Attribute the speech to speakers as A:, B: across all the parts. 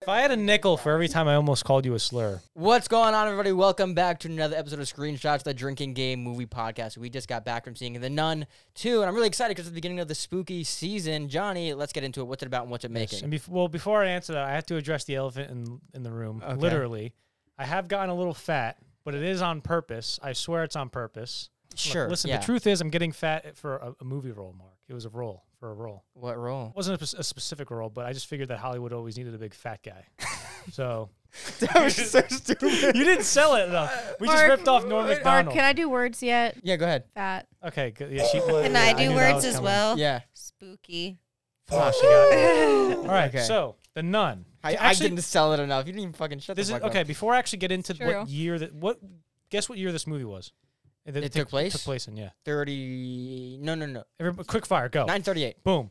A: If I had a nickel for every time I almost called you a slur,
B: What's going on, everybody? Welcome back to another episode of Screenshots, the drinking game movie podcast. We just got back from seeing The Nun 2, and I'm really excited because it's the beginning of the spooky season. Johnny, let's get into it. What's it about and what's it making?
A: and bef- well, before I answer that, I have to address the elephant in in the room.
B: Okay.
A: Literally, I have gotten a little fat, but it is on purpose. I swear it's on purpose. Look,
B: Sure.
A: listen,
B: yeah.
A: the truth is, I'm getting fat for a, a movie role, Mark. It was a role for a role.
B: What
A: It
B: role?
A: wasn't a, pers- a specific role, but I just figured that Hollywood always needed a big fat guy. so
B: that was so stupid.
A: you didn't sell it enough. We just
C: Mark,
A: ripped off Norm
C: Mark,
A: Macdonald.
C: can I do words yet?
B: Yeah, go ahead.
C: Fat.
A: okay, good. yeah, she.
C: Can
A: I
C: I do
A: knew that was
C: words as
A: coming.
C: well?
B: Yeah.
C: Spooky.
A: Oh, she got it. All right,
B: Okay.
A: so the nun.
B: I, I
A: Actually,
B: didn't sell it enough. You didn't even fucking shut
A: This
B: the
A: is
B: fuck
A: okay.
B: up.
A: Before I actually get into
C: True.
A: what year that what guess what year this movie was? That
B: It took place?
A: Took place in yeah.
B: 30. No, no, no.
A: Everybody, quick fire, go.
B: 938.
A: Boom.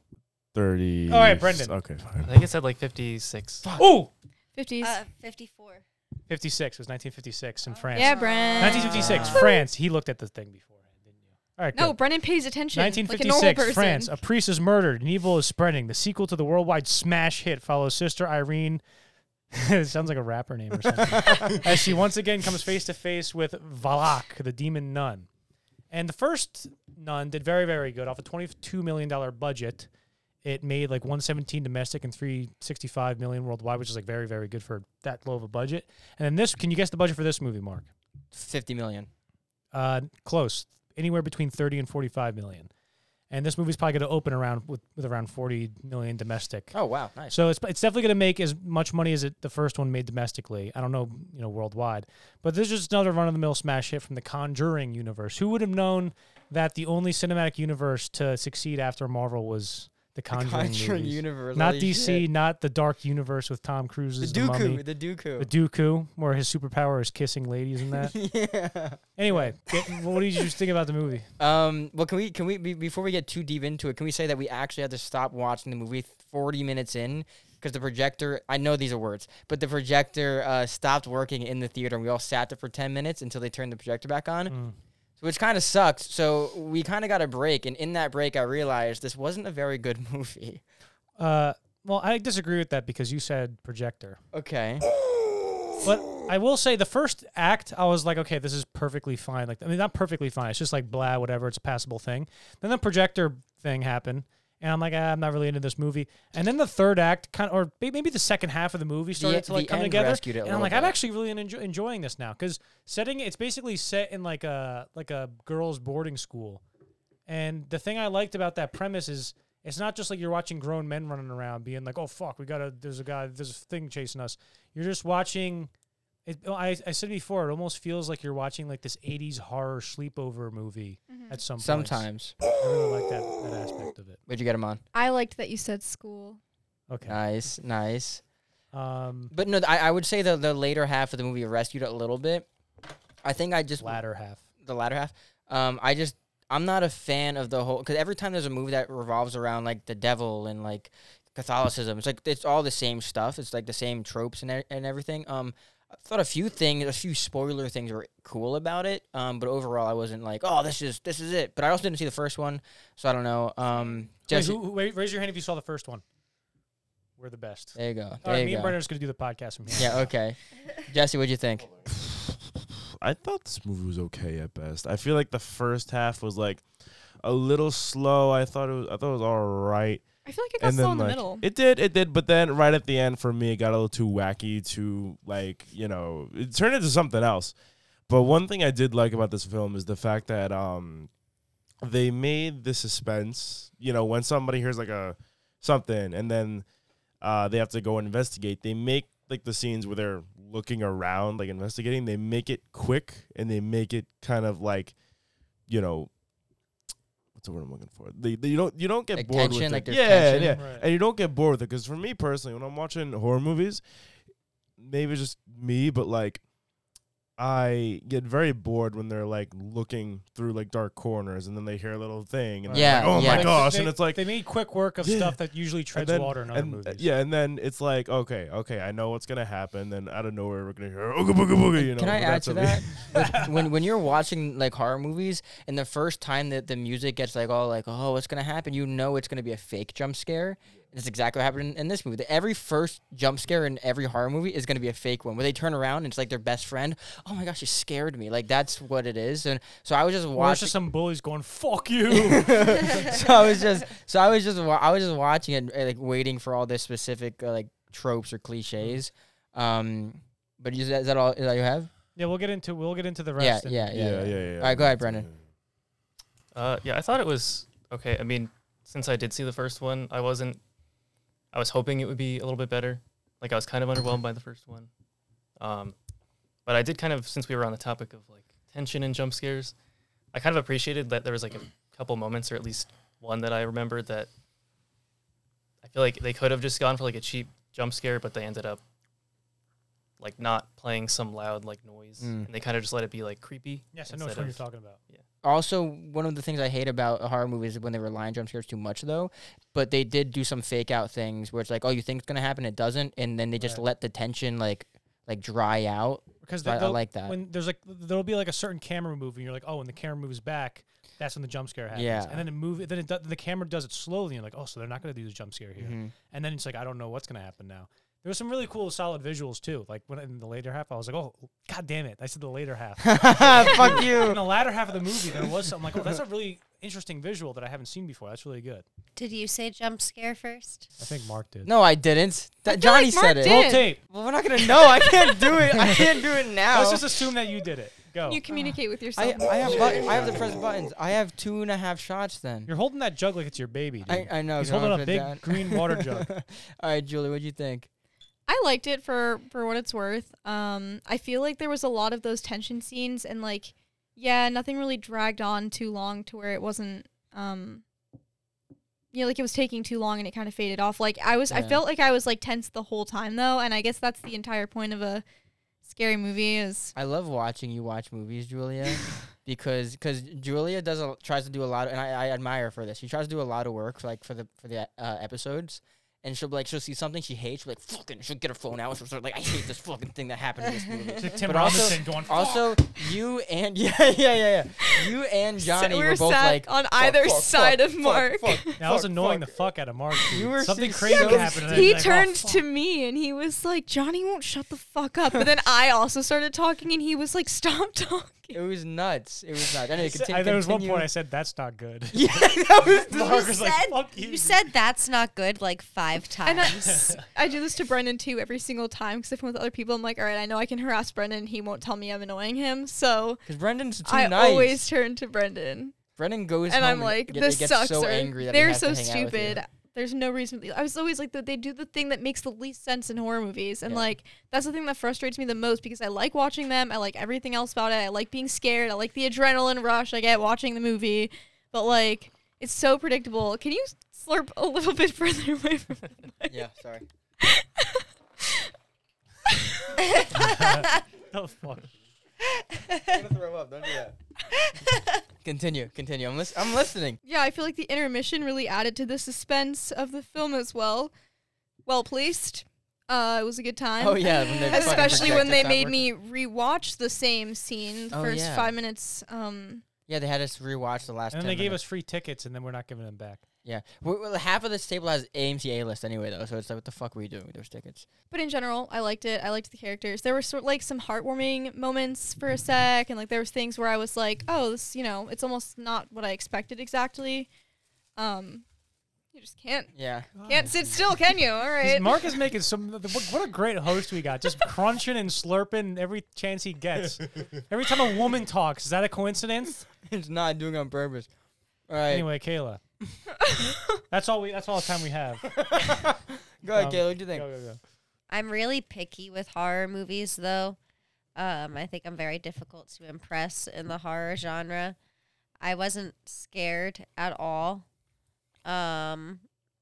D: 30.
A: All right, Brendan.
D: Okay, fine.
E: I think it said like 56.
B: Ah.
A: Ooh,
C: 50s.
F: Uh, 54.
A: 56 it was 1956 in France.
C: Ah. yeah, Bren.
A: 1956
B: Ah.
A: France. He looked at the thing beforehand, didn't you? All right.
C: No,
A: good.
C: Brennan pays attention. like a
A: 1956
C: normal person.
A: France. A priest is murdered and evil is spreading. The sequel to the worldwide smash hit follows sister Irene. it sounds like a rapper name or something. as she once again comes face to face with Valak, the demon nun. And the first nun did very, very good off a $22 million budget. It made like 117 domestic and 365 million worldwide, which is like very, very good for that low of a budget. And then this, can you guess the budget for this movie, Mark?
B: 50 million.
A: Uh, close, anywhere between thirty and forty-five million. And this movie's probably going to open around with, with around forty million domestic.
B: Oh, wow. Nice.
A: So it's it's definitely going to make as much money as it, the first one made domestically. I don't know, you know, worldwide. But there's just another run-of-the-mill smash hit from the Conjuring universe. Who would have known that the only cinematic universe to succeed after Marvel was the Conjuring,
B: Conjuring
A: movies?
B: Universe.
A: Not
B: holy
A: DC,
B: shit.
A: not the Dark Universe with Tom Cruise
B: The
A: as the, mummy,
B: Dooku. The Dooku.
A: the Dooku, where his superpower is kissing ladies and that.
B: yeah.
A: Anyway, get- what did you think about the movie?
B: Um. Well, can we can we be, before we get too deep into it, can we say that we actually had to stop watching the movie 40 minutes in because the projector? I know these are words, but the projector uh, stopped working in the theater, and we all sat there for 10 minutes until they turned the projector back on,
A: Mm.
B: which kind of sucked. So we kind of got a break, and in that break, I realized this wasn't a very good movie.
A: Uh, well, I disagree with that because you said projector.
B: Okay.
A: But I will say the first act, I was like, okay, this is perfectly fine. Like, I mean, not perfectly fine. It's just like blah, whatever. It's a passable thing. Then the projector thing happened, and I'm like, ah, I'm not really into this movie. And then the third act, kind of, or may- maybe the second half of the movie started to like
B: the
A: come
B: end
A: together.
B: rescued it a
A: and I'm
B: little
A: like, I'm
B: bit.
A: actually really enjo- enjoying this now because setting it's basically set in like a like a girls' boarding school. And the thing I liked about that premise is it's not just like you're watching grown men running around being like, "Oh fuck, we gotta." There's a guy. There's a thing chasing us. You're just watching. It, oh, I, I said before, it almost feels like you're watching like this '80s horror sleepover movie
C: Hmm. Mm-hmm.
A: at some. points.
B: Sometimes.
A: I really like that, that aspect of it.
B: Where'd you get him on?
C: I liked that you said school.
A: Okay.
B: Nice. Nice.
A: Um,
B: But no, I, I would say the the later half of the movie rescued it a little bit. I think I just
A: latter half.
B: the latter half. Um, I just I'm not a fan of the whole because every time there's a movie that revolves around like the devil and like Catholicism, it's like it's all the same stuff. It's like the same tropes and e- and everything. Um, I thought a few things, a few spoiler things were cool about it. Um, but overall, I wasn't like, oh, this is this is it. But I also didn't see the first one, so I don't know. Um,
A: Wait,
B: Jesse,
A: who, who, wait, raise your hand if you saw the first one. We're the best.
B: there you go,
A: All
B: there
A: right, me
B: you
A: and
B: go.
A: Brendan are gonna do the podcast from here.
B: Yeah, okay. Jesse, what'd you think?
D: I thought this movie was okay at best. I feel like the first half was like a little slow. I thought it was. I thought it was all right.
C: I feel like I got slow in the
D: like,
C: middle.
D: It did, it did, but then right at the end for me, it got a little too wacky, too like you know, it turned into something else. But one thing I did like about this film is the fact that um, they made the suspense. You know, when somebody hears like a something, and then uh, they have to go investigate. They make like the scenes where they're looking around, like investigating. They make it quick, and they make it kind of like, you know. What's the word I'm looking for? They, they, you don't you don't get
B: Like
D: bored
B: tension,
D: with
B: like
D: it.
B: there's
D: yeah,
B: tension?
D: yeah
A: Right.
D: and you don't get bored with it because for me personally when i'm watching horror movies maybe it's just me but like i get very bored when they're like looking through like dark corners and then they hear a little thing and
B: Yeah,
D: yeah oh
B: yeah.
D: my
A: Like,
D: gosh
A: they-
D: and it's like
A: they made quick work of
D: Yeah.
A: stuff that usually treads
D: then-
A: water in other
D: and, uh,
A: movies.
D: yeah and then it's like okay okay i know what's gonna happen then out of nowhere we're gonna hear ooga booga booga you know
B: Can I
D: but
B: add
D: that's
B: to
D: what we-
B: that? Like, when when you're watching like horror movies, and the first time that the music gets like all like, oh, what's gonna happen? You know it's gonna be a fake jump scare, That's exactly what happened in, in this movie. That every first jump scare in every horror movie is going to be a fake one, where they turn around and it's like their best friend. Oh my gosh, you scared me! Like that's what it is. And so I was just
A: Or it's
B: watching.
A: just some bullies going "fuck you."
B: so I was just, so I was just, wa- I was just watching it, uh, like waiting for all this specific uh, like tropes or cliches. Um, but is that, is that all is that you have?
A: yeah, we'll get into we'll get into the
B: Yeah,
A: rest. and-
B: yeah, yeah, yeah,
D: yeah.
B: All right, go ahead, Brendan.
E: Uh, yeah, I thought it was okay. I mean, since I did see the first one, I wasn't. I was hoping it would be a little bit better. Like I was kind of underwhelmed by the first one, um, but I did kind of since we were on the topic of like tension and jump scares, I kind of appreciated that there was like a couple moments or at least one that I remembered that I feel like they could have just gone for like a cheap jump scare, but they ended up like not playing some loud like noise,
B: Mm.
E: and they kind of just let it be like creepy.
A: Yes, I know which
E: instead
A: one you're
E: of-
A: talking about.
B: Also, one of the things I hate about horror movies is when they rely on jump scares too much, though. But they did do some fake out things where it's like, oh, you think it's gonna happen, it doesn't, and then they just
A: Right.
B: let the tension like like dry out.
A: Because
B: So I- I
A: they'll-
B: like that.
A: When there's like there'll be like a certain camera move, and you're like, oh, when the camera moves back, that's when the jump scare happens.
B: Yeah.
A: And then it move, then it do, the camera does it slowly, and you're like, oh, so they're not gonna do the jump scare here.
B: Mhm.
A: And then it's like, I don't know what's gonna happen now. There was some really cool, solid visuals too. Like when in the later half, I was like, oh, god damn it! I said the later half.
B: Fuck
A: in
B: you.
A: the latter half of the movie, there was something like, oh, that's a really interesting visual that I haven't seen before. That's really good.
F: Did you say jump scare first?
A: I think Mark did.
B: No, I didn't.
C: I
B: That
C: feel like
B: Johnny
C: Mark
B: said it.
C: did.
A: Roll tape.
B: Well, we're not gonna know. I can't do it. I can't do it now.
A: Let's just assume that you did it. Go.
C: You communicate with yourself.
B: I, I have but- I have the press buttons. I have two and a half shots. Then
A: You're holding that jug like it's your baby. Dude.
B: I, I know.
A: He's
B: so I'll
A: holding a
B: put it
A: big
B: down.
A: green water jug.
B: All right, Julie, what do you think?
C: I liked it for for what it's worth. Um, I feel like there was a lot of those tension scenes and like, yeah, nothing really dragged on too long to where it wasn't, um, you know, like it was taking too long and it kind of faded off. Like I was, I
B: Yeah.
C: felt like I was like tense the whole time though, and I guess that's the entire point of a scary movie is
B: I love watching you watch movies, Julia, because because Julia does a, tries to do a lot, and I, I admire her for this. She tries to do a lot of work, like for the for the uh, episodes, and she'll be like she'll see something she hates, she'll be like fucking, she'll get her phone out, and she'll start like I hate this fucking thing that happened in this
A: It's
B: movie.
A: like Tim
B: But also-
A: Robinson going.
B: Also, you and yeah, yeah, yeah, yeah. You and Johnny
C: we
B: were,
C: were
B: both
C: sat
B: like
C: on
B: fuck,
C: either
B: fuck,
C: side
B: fuck,
C: of
B: fuck,
C: Mark.
B: fuck,
A: That was
B: fuck,
A: annoying
B: fuck.
A: the fuck out of Mark. Dude.
B: You were
A: Something
B: so-
A: crazy
B: Yeah, 'cause
A: happened. and then,
C: He
A: like, oh,
C: turned
A: fuck.
C: to me and he was like, Johnny won't shut the fuck up. But then I also started talking and he was like, stop
B: It
C: talking.
B: was nuts. It was nuts. I know you
A: I said-
B: continue.
A: I- there was one
B: continue.
A: point I said that's not good.
B: Yeah, that was the
A: Mark was like,
F: said-
A: "Fuck you."
F: You said that's not good like five
C: And I,
F: times.
C: I do this to Brendan too every single time because if I'm with other people, I'm like, all right, I know I can harass Brendan. He won't tell me I'm annoying him. So
B: because Brendan's too
C: I
B: nice.
C: always turn to Brendan.
B: Brendan goes
C: and
B: home
C: I'm like,
B: get-
C: this
B: gets
C: sucks.
B: So
C: or
B: angry that he
C: they're
B: has
C: so
B: to hang out with you.
C: stupid. There's no reason. I was always like, that they do the thing that makes the least sense in horror movies, and
B: Yeah.
C: like that's the thing that frustrates me the most because I like watching them. I like everything else about it. I like being scared. I like the adrenaline rush I get watching the movie, but like it's so predictable. Can you slurp a little bit further away from? the mic?
B: Yeah, sorry.
A: Oh, fuck.
B: I'm gonna throw up. Don't do that. continue, continue. I'm, lis- I'm listening.
C: Yeah, I feel like the intermission really added to the suspense of the film as well. Well placed. Uh, it was a good time.
B: oh yeah, when they fucking
C: especially when
B: projector
C: they
B: stop
C: made
B: working.
C: me rewatch the same scene the
B: Oh,
C: first
B: yeah.
C: five minutes. Um,
B: Yeah, they had us rewatch the last.
A: And then
B: 10
A: they gave
B: minutes.
A: us free tickets, and then we're not giving them back.
B: Yeah, well, well, half of this table has AMC A list anyway, though. So it's like, what the fuck were you doing with those tickets?
C: but in general, I liked it. I liked the characters. There were sort like some heartwarming moments for a sec, and like there was things where I was like, "Oh, this, you know, it's almost not what I expected exactly." Um, you just can't
B: Yeah,
C: can't sit still, can you? All
A: He's-
C: right.
A: Mark is making some. the- What what a great host we got! Just crunching and slurping every chance he gets. Every time a woman talks, is that a coincidence?
B: it's not doing it on purpose. All right,
A: Anyway, Kayla, that's all we. That's all the time we have. Go,
B: go ahead,
A: um,
B: Kayla. What do you think?
A: go, go.
F: I'm really picky with horror movies, though. Um, I think I'm very difficult to impress in the horror genre. I wasn't scared at all. Um,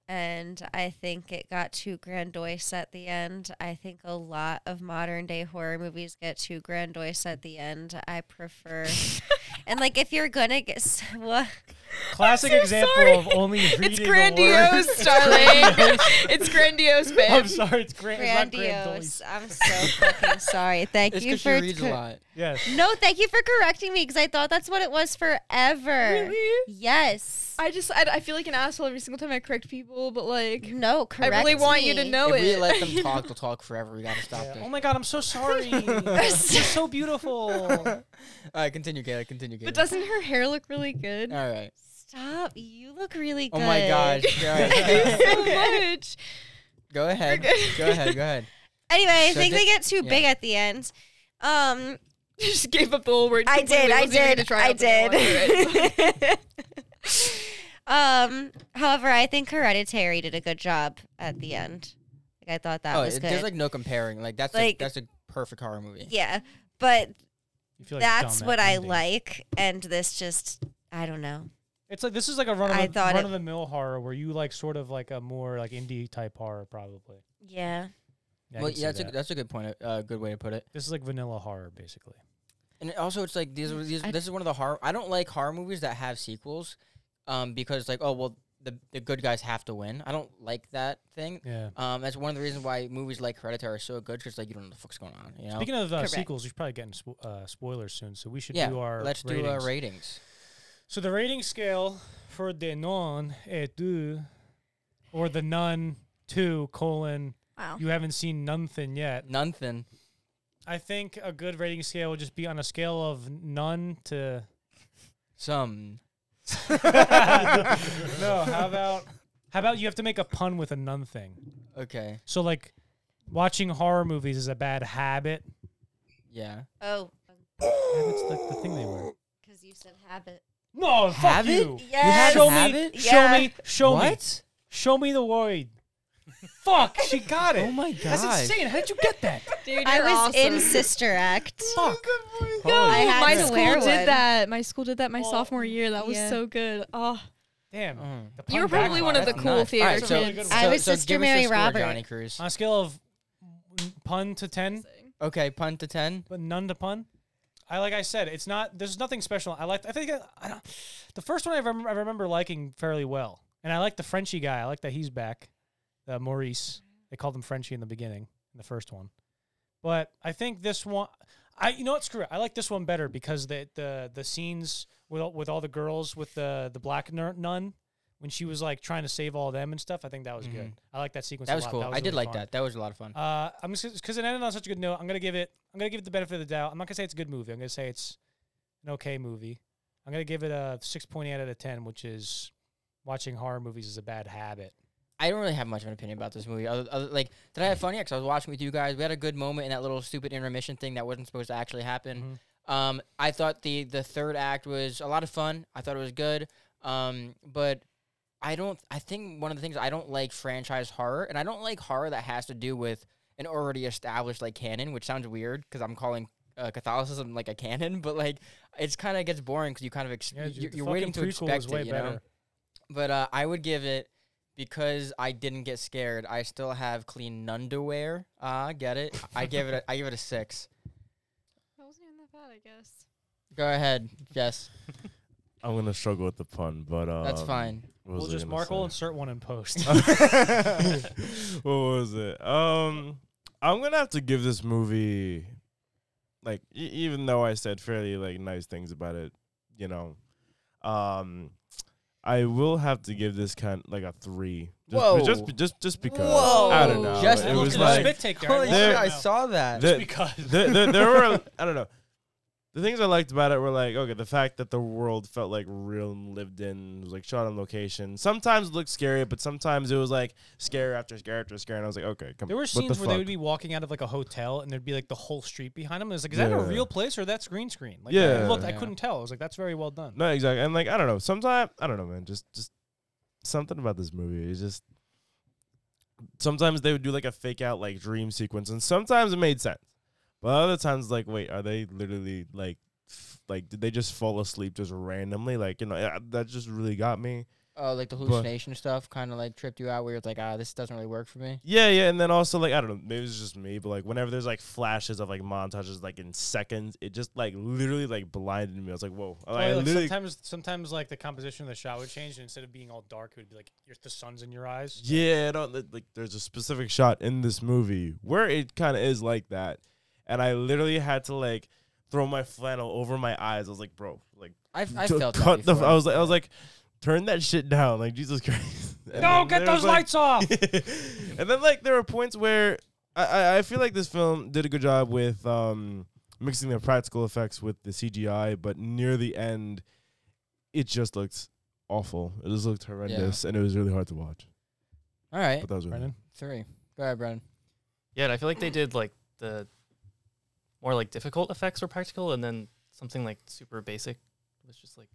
F: and I think it got too grandiose at the end. I think a lot of modern day horror movies get too grandiose at the end. I prefer And like, if you're gonna get s- what?
A: Classic
C: so
A: example
C: sorry.
A: of only reading
C: It's
A: a word.
C: grandiose, Starlane. it's grandiose, babe.
A: I'm sorry, it's grand. it's not
F: Grandiose.
A: grandiose.
F: I'm so fucking sorry. Thank
B: It's
F: you
B: because she
F: for.
B: reads a
F: cor-
B: lot.
A: Yes.
F: No, thank you for correcting me because I thought that's what it was forever.
C: Really?
F: Yes.
C: I just, I, I feel like an asshole every single time I correct people, but like,
F: No,
C: I
F: correct.
C: really want you to
F: me.
C: know
B: if we
C: it.
B: let them talk, they'll talk forever. We gotta stop
A: Yeah.
B: them.
A: Oh my god, I'm so sorry. You're so beautiful.
B: All right, continue, Kayla. Continue, Kayla.
C: but doesn't her hair look really good?
B: All right.
F: Stop. You look really
B: Oh
F: good.
B: my gosh. All right.
C: so much.
B: go ahead.
C: good.
B: Go ahead. Go ahead.
F: Anyway, I
B: So
F: think
B: did-
F: they get too
B: yeah.
F: big at the end. Um,
C: You just gave up the whole word.
F: I did.
C: completely.
F: I
C: Wasn't even gonna
F: did.
C: try
F: I
C: out, but I wanted it.
F: did. um, however, I think Hereditary did a good job at the end. Like I thought that
B: oh,
F: was
B: it-
F: good.
B: there's like no comparing. Like that's
F: Like-
B: a, that's a perfect horror movie.
F: yeah, but
A: You feel like
F: that's
A: dumb
F: what
A: at
F: I
A: ending.
F: like, and this just I don't know.
A: It's like this is like a run of,
F: I
A: the,
F: thought it-
A: run of the mill horror where you like sort of like a more like indie type horror probably.
F: Yeah,
A: Yeah, I
B: well,
A: can see
B: yeah, that's
A: that.
B: a that's a good point. A uh, good way to put it.
A: this is like vanilla horror basically.
B: And it also, it's like these. are- these
F: Mm, I-
B: this is one of the horror. I don't like horror movies that have sequels, um, because like oh well, the the good guys have to win. I don't like that thing.
A: Yeah.
B: Um, that's one of the reasons why movies like Hereditary are so good because like you don't know what the fuck's going on. You know.
A: Speaking of uh,
F: Correct.
A: sequels, we should probably get in spo- uh, spoilers soon, so we should
B: yeah.
A: do our
B: let's
A: ratings.
B: do our ratings.
A: So the rating scale for the non et deux, or the nun two colon
C: Wow.
A: you haven't seen nothing yet.
B: Nothing.
A: I think a good rating scale would just be on a scale of none to
B: Some.
A: no. How about how about you have to make a pun with a nun thing?
B: Okay.
A: So like watching horror movies is a bad habit.
B: Yeah.
F: Oh,
A: Habits like the thing they wear.
F: because you said habit.
A: No, fuck
B: Habit?
A: you.
B: You have
F: Yes.
A: Show me,
B: a habit?
A: show
F: Yeah.
A: me, show me,
B: What?
A: show me the word. fuck, she got it.
B: Oh my god.
A: That's insane. How did you get that?
C: Dude, you're
F: I was
C: awesome.
F: in Sister Act.
A: fuck.
C: No,
F: I had
C: my
F: to
C: school
F: wear one.
C: did that. My school did that my
A: Oh,
C: sophomore year. That was
F: yeah.
C: so good. Oh,
A: Damn.
B: Mm.
A: The
C: you were
A: pun
C: probably one of the
A: backfired.
B: That's
C: cool
B: nuts.
C: theater
B: Alright, so-
C: kids.
A: so-
F: I was
B: so
F: Sister
B: give us
F: Mary
B: your score,
F: Robert.
B: Johnny Cruz.
A: On a scale of pun to ten,
B: Okay, pun to ten.
A: but none to pun. I like I said, it's not. There's nothing special. I like. I think I, I don't. The first one I remember, I remember liking fairly well, and I like the Frenchie guy. I like that he's back. Uh, Maurice. They called him Frenchie in the beginning, in the first one. But I think this one. I you know what? Screw it. I like this one better because the the the scenes with all, with all the girls with the the black nur- nun when she was like trying to save all them and stuff. I think that was good.
B: Mhm.
A: I like that sequence.
B: That
A: a
B: was
A: lot.
B: cool. I did
A: really
B: like
A: fun.
B: that. That was a lot of fun.
A: Uh, I'm just because it ended on such a good note. I'm gonna give it. I'm gonna give it the benefit of the doubt. I'm not gonna say it's a good movie. I'm gonna say it's an okay movie. I'm gonna give it a six point eight out of ten, which is watching horror movies is a bad habit.
B: I don't really have much of an opinion about this movie. Other, other, like, did I have fun? Yeah, 'cause I was watching with you guys. We had a good moment in that little stupid intermission thing that wasn't supposed to actually
A: Mm-hmm.
B: happen. Um, I thought the the third act was a lot of fun. I thought it was good. Um, but I don't. I think one of the things I don't like franchise horror, and I don't like horror that has to do with an already established like canon, which sounds weird because I'm calling uh, Catholicism like a canon, but like it's kind of gets boring because you kind of ex-
A: dude,
B: you're,
A: the
B: you're waiting
A: fucking
B: to
A: prequel
B: expect
A: was way
B: it, you
A: better.
B: know. But uh, I would give it because I didn't get scared. I still have clean underwear. Ah, get it. I give it. A, I give it a six.
C: That wasn't even that bad, I guess.
B: Go ahead. Yes,
D: I'm gonna struggle with the pun, but um,
B: that's fine.
D: what was
A: We'll
D: I
A: just
D: gonna
A: Mark.
D: say?
A: We'll insert one in post.
D: what was it? Um, I'm gonna have to give this movie, like, e- even though I said fairly like nice things about it, you know, um, I will have to give this kind like a three. Just,
B: Whoa.
D: Just just just because
B: Whoa.
D: I don't know.
B: Oh, Just
D: it
B: look
D: was
B: at
D: like
A: spit take there.
B: Holy
D: There-
B: shit! I saw that.
D: the-
A: because
D: there, there, there were I don't know. The things I liked about it were like okay, the fact that the world felt like real and lived in, was like shot on location. Sometimes it looked scary, but sometimes it was like scare after scare after scare, and I was like, okay, come.
A: there were
D: what
A: scenes
D: the
A: where they
D: fuck?
A: would be walking out of like a hotel and there'd be like the whole street behind them. It's like, is that a
D: Yeah.
A: real place or that's green screen? Like,
D: Yeah.
A: I looked, I
B: Yeah.
A: couldn't tell. I was like, that's very well done.
D: no exactly, and like I don't know. Sometimes I don't know, man. Just just something about this movie. It's just sometimes they would do like a fake out like dream sequence, and sometimes it made sense, but other times like wait, are they literally like f- like did they just fall asleep just randomly? Like you know uh, that just really got me.
B: uh, like the hallucination stuff kind of like tripped you out where it's like, ah, this doesn't really work for me.
D: Yeah, yeah, and then also like I don't know, maybe it's just me, but like whenever there's like flashes of like montages like in seconds, it just like literally like blinded me. I was like, whoa! I
A: like,
D: literally,
A: sometimes, sometimes like the composition of the shot would change, and instead of being all dark, it would be like your- the sun's in your eyes.
D: yeah, I don't like- like. There's a specific shot in this movie where it kind of is like that, and I literally had to like throw my flannel over my eyes. I was like, bro, like
B: I've, I've
D: t-
B: felt
D: cut
B: that
D: the.
B: before.
D: I was like, I was like, turn that shit down, like Jesus Christ. And
A: No,
D: then
A: get
D: there
A: those
D: was, like-
A: lights off.
D: and then like there were points where I, I I feel like this film did a good job with um mixing the practical effects with the CGI, but near the end, it just looked awful. It just looked horrendous, and it was really hard to watch.
B: All right,
D: But that was really
A: Brendan?
B: three. Go ahead, Brennan.
E: Yeah, and I feel like they did like the more like difficult effects were practical, and then something like super basic was just like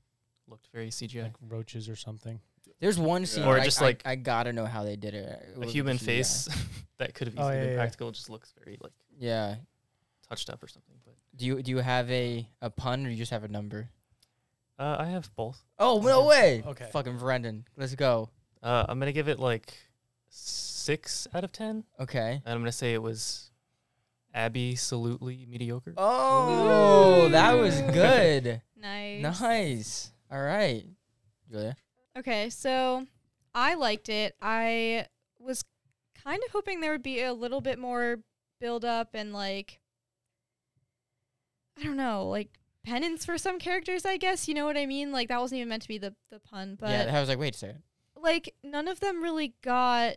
E: looked very CGI.
A: Like roaches or something.
B: There's one scene
E: Or
B: where I-
E: just,
B: I,
E: like,
B: I, gotta know how they did it. It
E: A
B: was
E: human
B: CGI.
E: face that could have
A: Oh,
E: easily
A: yeah,
E: been
A: yeah.
E: practical just looks very like
B: Yeah.
E: touched up or something. But
B: Do you do you have a a pun or you just have a number?
E: uh, I have both.
B: Oh no way!
A: Okay.
B: Fucking Brendan, let's go.
E: Uh, I'm gonna give it like six out of ten,
B: Okay.
E: and I'm gonna say it was absolutely mediocre.
B: Oh, that was good.
C: Nice.
B: nice. All right, Julia.
C: Okay, so I liked it. I was kind of hoping there would be a little bit more build up and like I don't know, like penance for some characters, I guess. You know what I mean? Like that wasn't even meant to be the, the pun, but
B: yeah, I was like, wait a second.
C: like none of them really got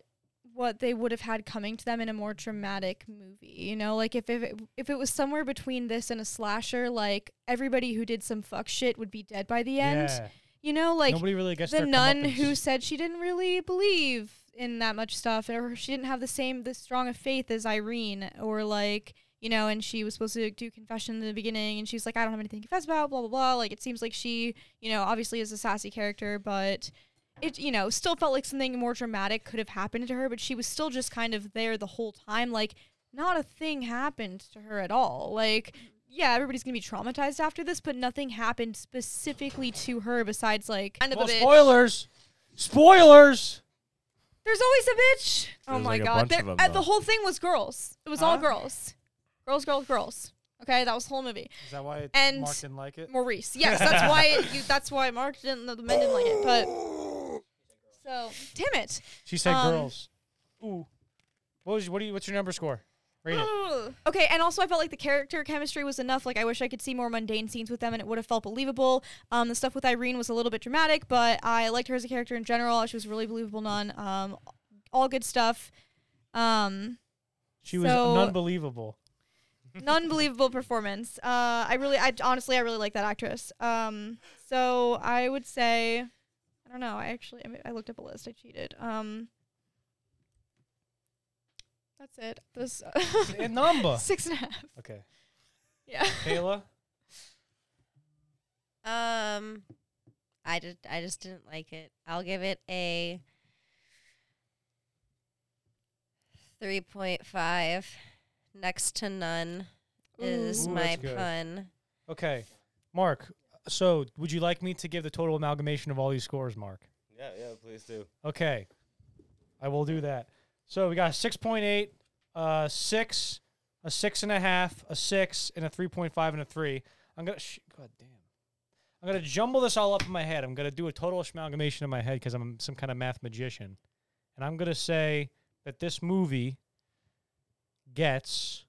C: what they would have had coming to them in a more dramatic movie. You know, like if if it, if it was somewhere between this and a slasher, like everybody who did some fuck shit would be dead by the end.
A: yeah.
C: You know, like
A: Nobody really gets
C: the
A: their
C: nun
A: comeuppance.
C: who said she didn't really believe in that much stuff or she didn't have the same the strong of faith as Irene or like you know and she was supposed to do confession in the beginning and she's like I don't have anything to confess about blah blah blah like it seems like she you know obviously is a sassy character but it you know still felt like something more dramatic could have happened to her but she was still just kind of there the whole time like not a thing happened to her at all like yeah, everybody's gonna be traumatized after this, but nothing happened specifically to her besides like kind of
A: Well,
C: a bitch.
A: spoilers. Spoilers.
C: There's always a bitch. Oh
D: There's
C: my
D: like a
C: god.
D: bunch
C: There,
D: of 'em,
C: uh,
D: though.
C: the whole thing was girls. It was all girls. Girls, girls, girls. Okay, that was the whole movie.
A: Is that why
C: And-
A: Mark didn't like it?
C: Maurice. Yes, that's why it, you that's why Mark didn't the men didn't like it, but so damn it.
A: She said
C: Um,
A: girls. Ooh. What was? What do you? What's your number score? Rate it.
C: Ugh. Okay, and also I felt like the character chemistry was enough. Like I wish I could see more mundane scenes with them, and it would have felt believable. Um, the stuff with Irene was a little bit dramatic, but I liked her as a character in general. She was a really believable nun. Um, all good stuff. Um,
A: She was
C: so-
A: unbelievable.
C: unbelievable performance. Uh, I really, I honestly, I really like that actress. Um, so I would say, I don't know. I actually, I, mean, I looked up a list. I cheated. Um, that's it. This
A: A number.
C: six and a half.
A: Okay.
C: Yeah.
A: Kayla.
F: Um, I did. I just didn't like it. I'll give it a three point five. Next to none is
A: Ooh,
F: my
A: that's good.
F: pun.
A: Okay. Mark. So, would you like me to give the total amalgamation of all these scores, Mark?
D: Yeah, yeah, please do.
A: Okay. I will do that. So we got a 6.8, uh, 6, a 6.5, a 6, and a 3.5, and a 3. I'm going to, sh- God damn. I'm going to jumble this all up in my head. I'm going to do a total amalgamation in my head because I'm some kind of math magician. And I'm going to say that this movie gets.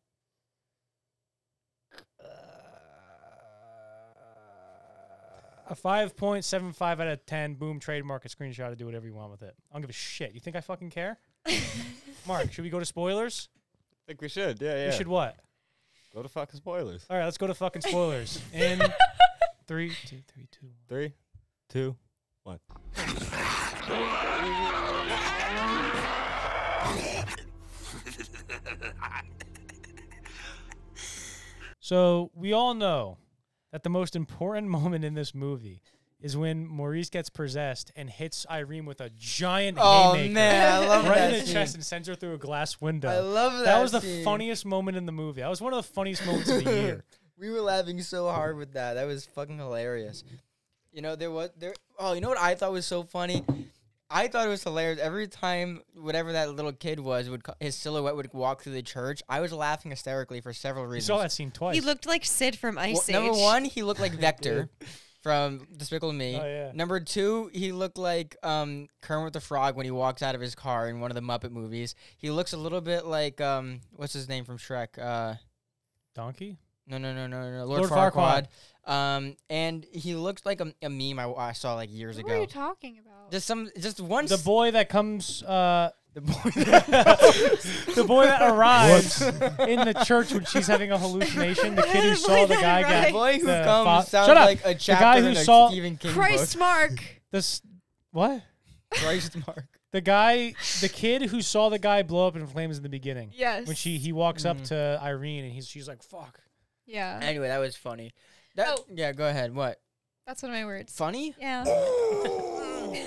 A: A 5.75 out of 10. Boom, trademark a screenshot to do whatever you want with it. I don't give a shit. You think I fucking care? Mark, should we go to spoilers?
G: I think we should. Yeah, yeah.
A: We should what?
G: go to fucking spoilers.
A: All right, let's go to fucking spoilers. In three, two, three, two. one.
G: Three, two.
A: So we all know that the most important moment in this movie is when Maurice gets possessed and hits Irene with a giant haymaker
B: Oh, I love
A: right in the chest and sends her through a glass window.
B: love
A: that was the funniest moment in the movie. That was one of the funniest moments of the year.
B: We were laughing so hard with that. That was fucking hilarious. You know, there was there. Oh, you know what I thought was so funny? I thought it was hilarious. Every time, whatever that little kid was, would co- his silhouette would walk through the church. I was laughing hysterically for several
A: You
B: reasons.
A: saw that scene twice.
F: He looked like Sid from
B: Well,
F: Ice Age.
B: number one, he looked like Vector from Despicable Me.
A: Oh, yeah.
B: Number two, he looked like um, Kermit the Frog when he walks out of his car in one of the Muppet movies. He looks a little bit like um, what's his name from Shrek? Uh,
A: Donkey?
B: no, no, no, no, no,
A: Lord
B: Lord, Farquaad.
A: Farquaad.
B: Um, and he looks like a, a meme I, I saw like years
C: What were
B: ago.
C: you talking about?
B: Just some, just one.
A: The boy that comes, uh,
B: the boy.
A: the boy that arrives in the church when she's having a hallucination. The kid who
F: The
A: saw
F: boy
A: the
F: that
A: guy
B: The
A: get
F: arrives.
B: boy who
A: the
B: comes
A: fa-
B: sounds
A: Shut up.
B: like a chapter
A: guy who
B: in a
A: saw-
B: Stephen King
F: Christ,
B: book.
F: Mark.
A: this. What?
B: Christ Mark.
A: The guy, the kid who saw the guy blow up in flames in the beginning.
C: yes.
A: When she he walks up
B: Mhm.
A: to Irene and he's she's like fuck.
C: yeah.
B: Anyway, that was funny. That,
C: Oh.
B: Yeah, go ahead. What?
C: That's one of my words.
B: Funny?
F: Yeah.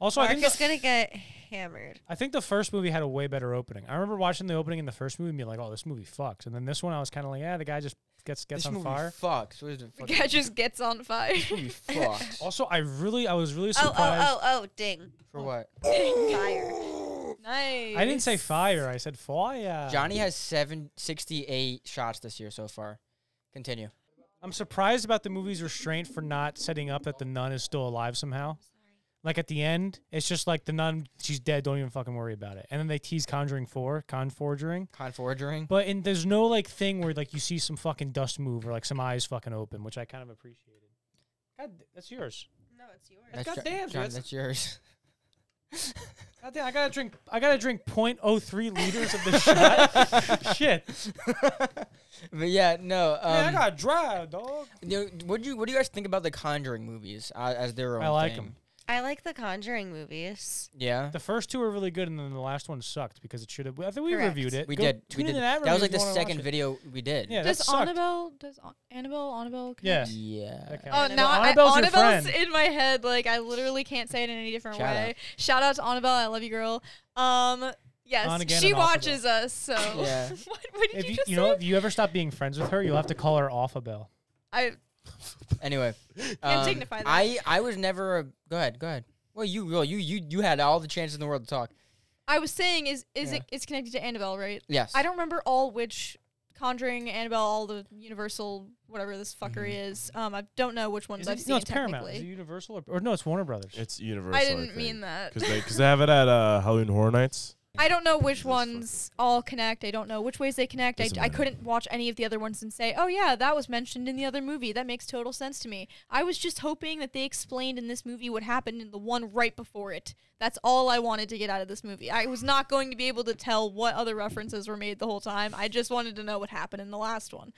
A: Also, I
F: Mark
A: think the,
F: is gonna get hammered.
A: I think the first movie had a way better opening. I remember watching the opening in the first movie and being like, "Oh, this movie fucks." And then this one, I was kind of like, "Yeah, the guy just gets gets
B: this
A: on
B: movie
A: fire."
B: fucks. What is it?
C: The
B: fucking-
C: guy just gets on fire.
B: This movie fucks.
A: Also, I really, I was really
F: Oh, oh,
A: surprised.
F: oh, oh, ding.
B: For what?
F: Fire. oh,
C: nice.
A: I didn't say fire. I said fire.
B: Johnny has seven sixty-eight shots this year so far. Continue.
A: I'm surprised about the movie's restraint for not setting up that the nun is still alive somehow. Like at the end, it's just like the nun, she's dead. Don't even fucking worry about it. And then they tease Conjuring Four, Con Forgering.
B: Con forgering.
A: But in, there's no like thing where like you see some fucking dust move or like some eyes fucking open, which I kind of appreciated. God, that's yours.
F: No, it's yours.
B: That's
A: goddamn, dude,
B: Johnny,
A: that's-
B: that's yours.
A: God damn, I gotta drink. I gotta drink 0.03 liters of this shot. Shit,
B: But yeah, no. Um,
A: man, I gotta drive, dog.
B: you know, what do you what do you guys think about the Conjuring movies uh, as their own?
A: I like
B: thing?
A: them.
F: I like the Conjuring movies.
B: Yeah.
A: The first two were really good, and then the last one sucked because it should have. I think we
F: Correct.
A: reviewed it.
B: We
A: Go
B: did. We
A: Tune
B: did.
A: in to that
B: That
A: review
B: was like
A: if you
B: the
A: wanna watch
B: second
A: it.
B: video we did.
A: Yeah, that
C: Does
A: sucked.
C: Annabelle? Does An- Annabelle? Annabelle?
A: Yeah.
C: connect?
B: Yeah.
A: That counts.
C: Oh,
F: Annabelle.
C: now I-
A: Annabelle's your
C: Annabelle's
A: friend.
C: in my head. Like I literally can't say it in any different
B: Shout
C: way. Shout out to Annabelle. I love you, girl. Um, yes,
A: On again
C: she
A: and off
C: watches us. So
B: Yeah.
C: what, what did
A: If
C: you,
A: you,
C: just
A: you
C: say?
A: know, if you ever stop being friends with her, you'll have to call her off a bell.
C: I
B: Anyway, um,
C: dignify that.
B: I I was never a go ahead, go ahead. Well, you well, you you you had all the chances in the world to talk.
C: I was saying is is
B: Yeah.
C: it it's connected to Annabelle, right?
B: Yes.
C: I don't remember all which Conjuring, Annabelle, all the Universal, whatever this fuckery is. Um, I don't know which ones
A: Is
C: I've
A: it,
C: seen
A: no, it's Paramount. Is it
C: technically.
A: Universal or, or no? It's Warner Brothers.
D: It's universal.
C: I didn't mean that.
D: because they because they have it at uh, Halloween Horror Nights.
C: I don't know which
D: Jesus
C: ones all connect. I don't know which ways they connect. I,
D: Doesn't
C: I
D: matter.
C: couldn't watch any of the other ones and say, oh, yeah, that was mentioned in the other movie. That makes total sense to me. I was just hoping that they explained in this movie what happened in the one right before it. That's all I wanted to get out of this movie. I was not going to be able to tell what other references were made the whole time. I just wanted to know what happened in the last one.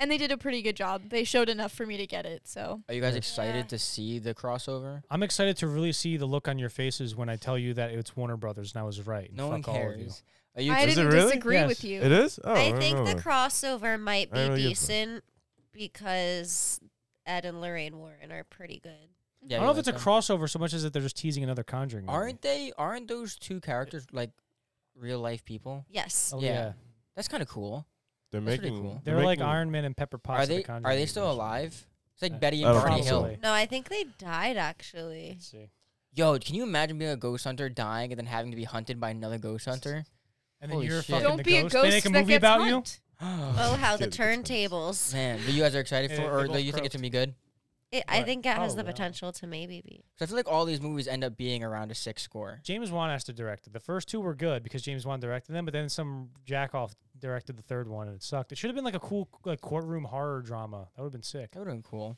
C: And they did a pretty good job. They showed enough for me to get it. So,
B: Are you guys
A: Yeah.
B: excited to see the crossover?
A: I'm excited to really see the look on your faces when I tell you that it's Warner Brothers and I was right. and
B: No one
A: fuck all of you.
B: cares. Are you
C: I
D: Is it
C: didn't
D: really?
C: disagree
A: Yes.
C: with you.
D: It is. Oh,
F: I
D: don't
F: think the
D: know.
F: crossover might
D: I
F: be
D: know you-
F: decent because Ed and Lorraine Warren are pretty good.
B: Yeah,
A: I
B: you
A: don't know if
B: like
A: it's a
B: them?
A: crossover so much as that they're just teasing another Conjuring. movie.
B: Aren't they? Aren't those two characters like real life people?
F: Yes.
A: Oh,
B: yeah.
A: yeah.
B: That's kind of cool.
D: They're
B: That's pretty
D: making.
B: cool.
A: They're like Iron Man and Pepper Potts.
B: are
A: of the
B: they?
A: Conjuring
B: Are they still
A: universe.
B: alive? It's like
A: Uh,
B: Betty
D: I
B: and
D: don't
B: Barney
D: think
B: Hill.
D: so.
F: No, I think they died actually.
A: Let's see.
B: Yo, can you imagine being a ghost hunter, dying, and then having to be hunted by another ghost hunter?
A: And then
B: Holy
A: you're
B: shit.
A: fucking
C: Don't
A: the
C: be a
A: ghost. They
C: ghost
A: make a
C: that
A: movie
C: gets
A: about you.
C: hunt.
F: Oh,
B: Man,
F: how the
D: Dude, it's-
F: turntables!
B: but you guys are excited
A: Yeah,
B: for,
A: they
B: or do
A: both
B: you think
A: croaked.
B: it's gonna be good?
F: It, I
A: Right.
F: think it
D: Oh,
F: has the
A: Probably not.
F: potential to maybe be.
B: 'Cause I feel like all these movies end up being around a six score.
A: James Wan has to direct it. The first two were good because James Wan directed them, but then some jackoff directed the third one and it sucked. It should have been like a cool like courtroom horror drama. That would have been sick.
B: That would have been cool.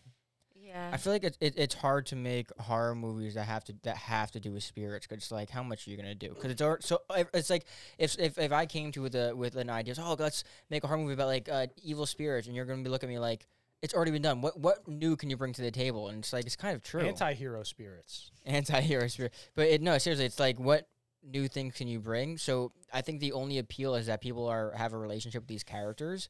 B: I
F: Yeah.
B: feel like it's it, it's hard to make horror movies that have to that have to do with spirits because like how much are you gonna do? Because it's alre- so I- it's like if, if if I came to you with a with an idea, it's, oh let's make a horror movie about like uh, evil spirits, and you're gonna be looking at me like it's already been done. What what new can you bring to the table? And it's like it's kind of true.
A: Anti-hero spirits.
B: anti-hero spirit. But it, no, seriously, it's like what new things can you bring? So I think the only appeal is that people are have a relationship with these characters.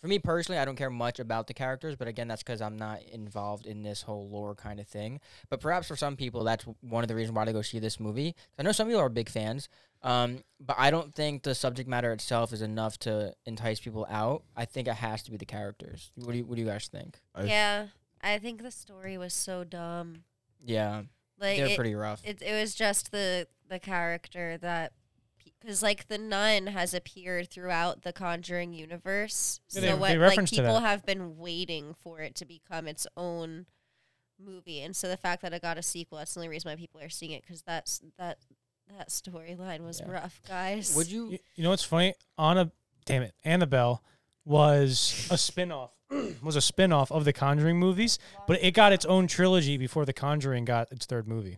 B: For me personally, I don't care much about the characters, but again, that's because I'm not involved in this whole lore kind of thing. But perhaps for some people, that's one of the reasons why they go see this movie. I know some people are big fans, um, but I don't think the subject matter itself is enough to entice people out. I think it has to be the characters. What do you, what do you guys think?
D: I-
F: yeah. I think the story was so dumb.
B: Yeah,
F: Like
B: they're
F: it,
B: pretty rough.
F: it, it was just the the character that because like the nun has appeared throughout the conjuring universe
A: Yeah,
F: so
A: they-
F: what
A: they
F: like
A: referenced to
F: people
A: that.
F: have been waiting for it to become its own movie and so the fact that it got a sequel that's the only reason why people are seeing it because that's that that storyline was
B: Yeah.
F: rough guys
B: Would you?
A: You, you know what's funny? Anna, damn it, Annabelle was a spin-off was a spin-off of the Conjuring movies, but it got its own trilogy before the Conjuring got its third movie.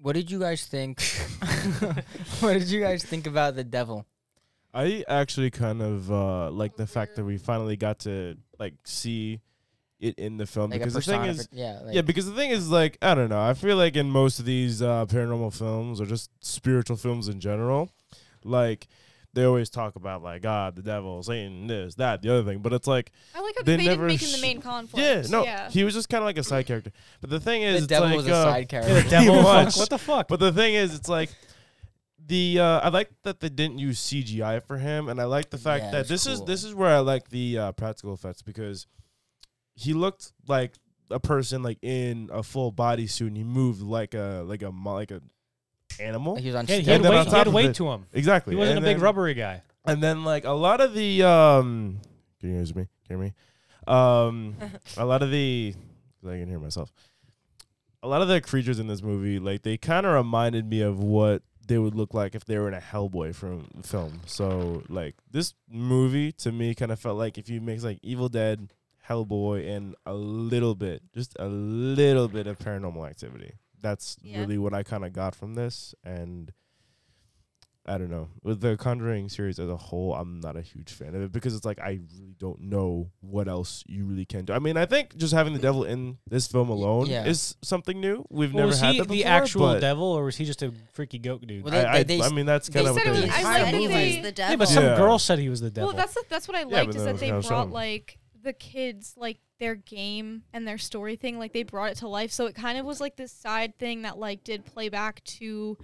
B: What did you guys think? what did you guys think about the devil?
D: I actually kind of uh, like the fact that we finally got to like see it in the film
B: Like
D: because
B: a
D: the thing
B: personifi-
D: is,
B: yeah, like,
D: yeah, because the thing is, like, I don't know. I feel like in most of these uh, paranormal films or just spiritual films in general, like, they always talk about, like, God, the devil, Satan, this, that, the other thing. But it's like,
C: I like how
D: They
C: they, didn't
D: never
C: make him the
D: sh-
C: main conflict.
D: yeah, no,
C: Yeah.
D: he was just kind of like a side character. But the thing is,
B: the
D: it's
B: devil
D: like,
B: was a
D: uh,
B: side
A: Yeah, the
B: character.
A: devil.
D: was.
A: fuck, what the fuck?
D: But the thing is, it's like the uh, I like that they didn't use CGI for him, and I like the fact
B: Yeah,
D: that
B: it's
D: this is
B: cool.
D: this is where I like the uh, practical effects because he looked like a person like in a full body suit, and he moved like a like a mo- like a animal.
B: Like he was on
A: Yeah, he
B: steroids.
A: had
D: And then on
A: weight, he
D: top
A: had
D: of
A: weight
D: it-
A: to him.
D: Exactly,
A: He wasn't
D: and
A: a big
D: then-
A: rubbery guy.
D: And then like a lot of the um, can you hear me? Can you hear me? Um, a lot of the 'cause I can hear myself. A lot of the creatures in this movie, like they kind of reminded me of what they would look like if they were in a Hellboy from film. So like this movie to me kind of felt like if you mix like Evil Dead, Hellboy, and a little bit, just a little bit of Paranormal Activity. That's
F: Yeah.
D: really what I kind of got from this, and I don't know. With the Conjuring series as a whole, I'm not a huge fan of it because it's like I really don't know what else you really can do. I mean, I think just having the devil in this film alone
B: yeah.
D: is something new. We've
A: Well,
D: never
A: was
D: had
A: he
D: that
A: the
D: before,
A: actual
D: but
A: devil, or was he just a freaky goat dude?
B: Well,
D: I, I,
B: they, they, they,
D: I mean, that's
B: they
D: kind of what
C: said it
D: they
C: was-
D: did.
C: I
F: Entire
C: like that
F: movie
C: they-
F: was the devil
A: yeah, but some
D: Yeah.
A: girl said he was the devil.
C: Well, that's the, that's what I
D: Yeah,
C: liked is
D: but that
C: that
D: was
C: they
D: what I was
C: brought
D: saying.
C: like the kids like their game and their story thing like they brought it to life. So it kind of was like this side thing that like did play back to